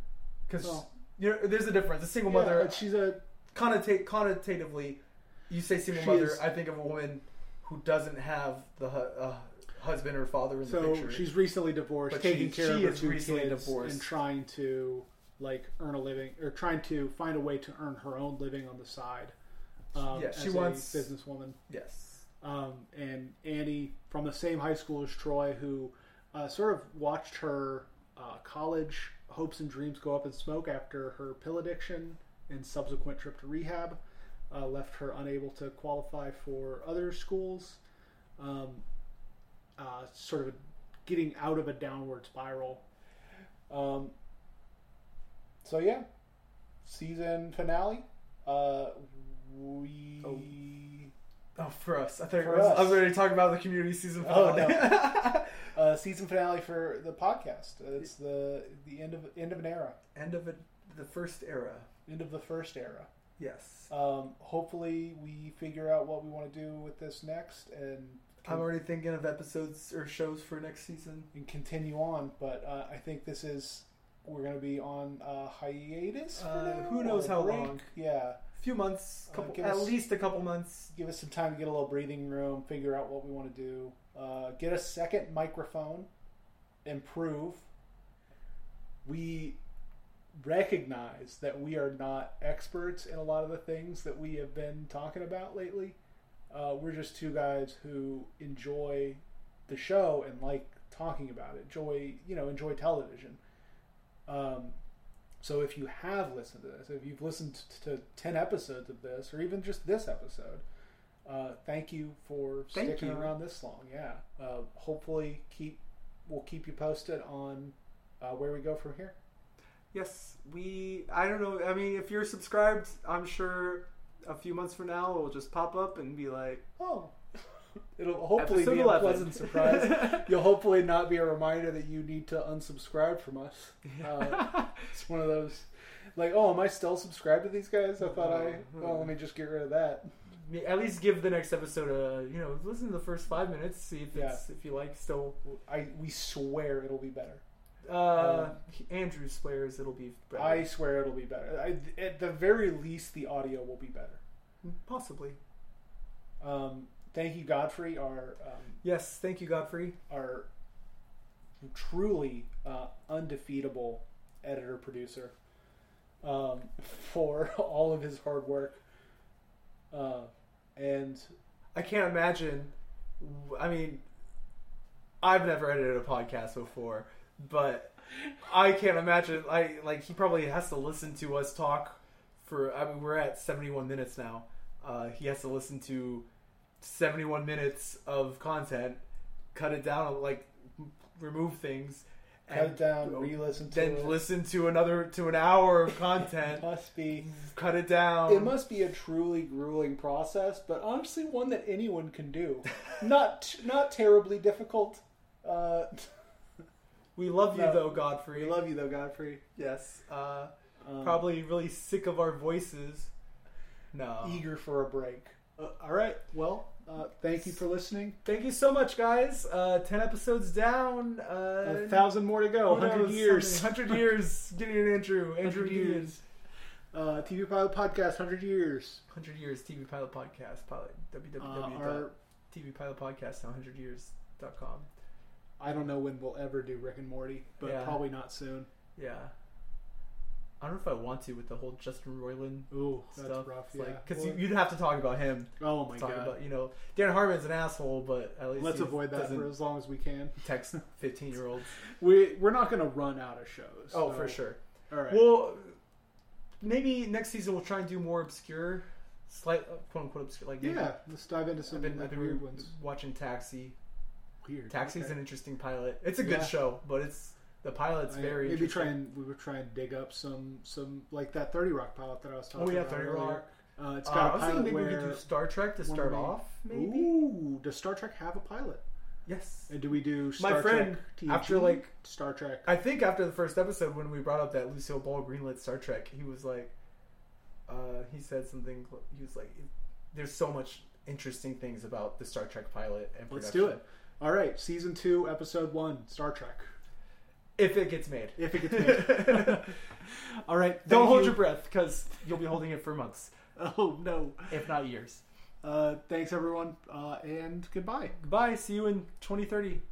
A: because
B: Well.
A: you know, there's a difference. A single
B: Yeah,
A: mother,
B: but she's a
A: connotate connotatively, you say single
B: She
A: mother,
B: is-
A: I think of a woman who doesn't have the hu- uh, husband or father in the
B: so
A: picture.
B: she's recently divorced,
A: But
B: taking
A: she-
B: care
A: she
B: of her
A: is
B: two
A: recently
B: kids
A: divorced.
B: and trying to like earn a living or trying to find a way to earn her own living on the side. Um,
A: Yeah, she
B: as
A: wants-
B: a businesswoman.
A: yes,
B: Um, and Annie from the same high school as Troy, who uh, sort of watched her uh, college hopes and dreams go up in smoke after her pill addiction and subsequent trip to rehab, uh, left her unable to qualify for other schools. Um, uh, sort of getting out of a downward spiral. Um, so yeah, season finale. Uh, we.
A: oh for us, I thought
B: For
A: I was, I was
B: us.
A: ready to talk about the community season.
B: Oh,
A: finale.
B: uh, season finale for the podcast. It's the the end of end of an era,
A: End of it, the first era.
B: end of the first era.
A: Yes,
B: Um, hopefully, we figure out what we want to do with this next and
A: I'm already thinking of episodes or shows for next season.
B: and continue on. But uh, I think this is we're going to be on uh, hiatus. For
A: Uh,
B: now,
A: who knows
B: or
A: how
B: break.
A: long.
B: Yeah,
A: A few months,
B: Uh,
A: couple,
B: give
A: at
B: us-
A: least a couple months.
B: give us some time to get a little breathing room, figure out what we want to do, uh, get a second microphone, improve. We recognize that we are not experts in a lot of the things that we have been talking about lately. Uh, we're just two guys who enjoy the show and like talking about it. Enjoy, you know, enjoy television. Um, so if you have listened to this, if you've listened to 10 episodes of this, or even just this episode, Uh, thank you for
C: Thank
B: sticking
C: you.
B: around this long. Yeah. Uh, hopefully, keep we'll keep you posted on uh, where we go from here.
A: Yes, we. I don't know. I mean, if you're subscribed, I'm sure a few months from now it'll just pop up and be like
B: Oh, it'll hopefully
A: episode
B: be
A: 11.
B: a pleasant surprise. You'll hopefully not be a reminder that you need to unsubscribe from us. Uh, it's one of those, like, oh, am I still subscribed to these guys? I thought I,
A: Mm-hmm.
B: well, let me just get rid of that.
A: Yeah, At least give the next episode a you know listen to the first five minutes, see if
B: Yeah.
A: it's if you like. Still,
B: I we swear it'll be better.
A: uh, Andrew swears it'll be better.
B: I swear it'll be better. I, at the very least, the audio will be better.
A: possibly
B: Um, thank you, Godfrey, our um,
A: yes. Thank you, Godfrey.
B: our truly uh, undefeatable editor producer um, for all of his hard work. Uh, and
A: I can't imagine. I mean, I've never edited a podcast before, but I can't imagine. I like he probably has to listen to us talk for. I mean, we're at seventy-one minutes now. Uh, he has to listen to seventy-one minutes of content, cut it down, like m- remove things,
B: cut it down, re-listen to
A: then
B: it.
A: listen to another to an hour of content.
B: must be
A: cut it down.
B: it must be a truly grueling process, but honestly, one that anyone can do. not not terribly difficult. Uh,
A: we love you
B: No.
A: though, Godfrey.
B: we love you though, Godfrey.
A: Yes. Uh,
B: Um,
A: probably really sick of our voices. No.
B: eager for a break. Uh, all right. Well, uh, thank you for listening.
A: Thank you so much, guys. Uh, ten episodes down. Uh,
B: A thousand more to go. Hundred years.
A: Hundred years. Gideon and Andrew. Andrew
B: 100
A: and Gideon.
B: years. Uh, TV Pilot Podcast. Hundred years.
A: Hundred years. TV Pilot Podcast. Pilot.
B: Uh, our,
A: www.tvpilotpodcast. Now hundred years. Dot com.
B: I don't know when we'll ever do Rick and Morty, but
A: Yeah.
B: probably not soon.
A: Yeah. I don't know if I want to with the whole Justin Roiland
B: Ooh, that's
A: stuff.
B: rough. Yeah.
A: Like, because
B: Well,
A: you'd have to talk about him.
B: oh my
A: talk
B: god.
A: about you know Dan Harmon's an asshole, but at least
B: Let's
A: he
B: avoid that
A: doesn't
B: for as long as we can.
A: text fifteen year olds.
B: We we're not going to run out of shows.
A: Oh,
B: so-
A: for sure.
B: All right.
A: Well, maybe next season we'll try and do more obscure, slight quote unquote obscure. Like maybe-
B: yeah, let's dive into
A: I've
B: some
A: been,
B: like,
A: I've been
B: weird
A: re-
B: ones.
A: watching Taxi.
B: Weird.
A: Taxi's
B: okay.
A: an interesting pilot. It's a good
B: Yeah.
A: show, but it's the pilot's
B: I-
A: very
B: maybe
A: interesting.
B: try and we would try and dig up some some like that Thirty Rock pilot that I was talking
A: Oh yeah,
B: about.
A: Thirty
B: earlier.
A: Rock.
B: Uh, it's
A: Uh,
B: got
A: I
B: a
A: was
B: pilot
A: thinking maybe we
B: where.
A: could do Star Trek to
B: when
A: start
B: we-
A: off. Maybe
B: Ooh, does Star Trek have a pilot?
A: yes.
B: And do we do
A: My
B: Star
A: friend,
B: Trek TNG?
A: after, like-
B: Star Trek?
A: I think after the first episode, when we brought up that Lucille Ball greenlit Star Trek, he was like, uh, he said something. He was like, "There's so much interesting things about the Star Trek pilot and
B: Let's
A: production.
B: do it. All right, season two, episode one, Star Trek.
A: if it gets made."
B: If it gets made. All right,
A: Don't
B: thank
A: hold
B: you.
A: your breath because you'll be holding it for months,
B: Oh no.
A: if not years.
B: Uh, thanks everyone, uh, and goodbye.
A: Goodbye. See you in 2030,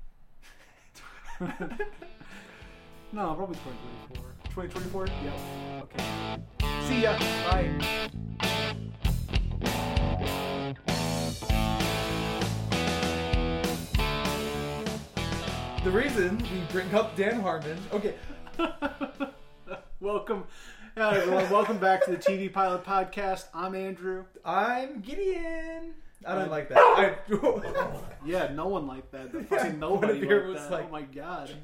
B: No, probably twenty twenty
A: 2024.
B: four. Yep.
A: Okay.
B: See ya.
A: Bye. The reason we bring up Dan Harmon. Okay.
B: Welcome, yeah, everyone. Welcome back to the TV Pilot Podcast. I'm Andrew.
A: I'm Gideon. I don't like that. I,
B: Yeah, no one liked that.
A: Yeah,
B: Fucking nobody
A: one of you
B: liked
A: was
B: that.
A: like,
B: oh my god.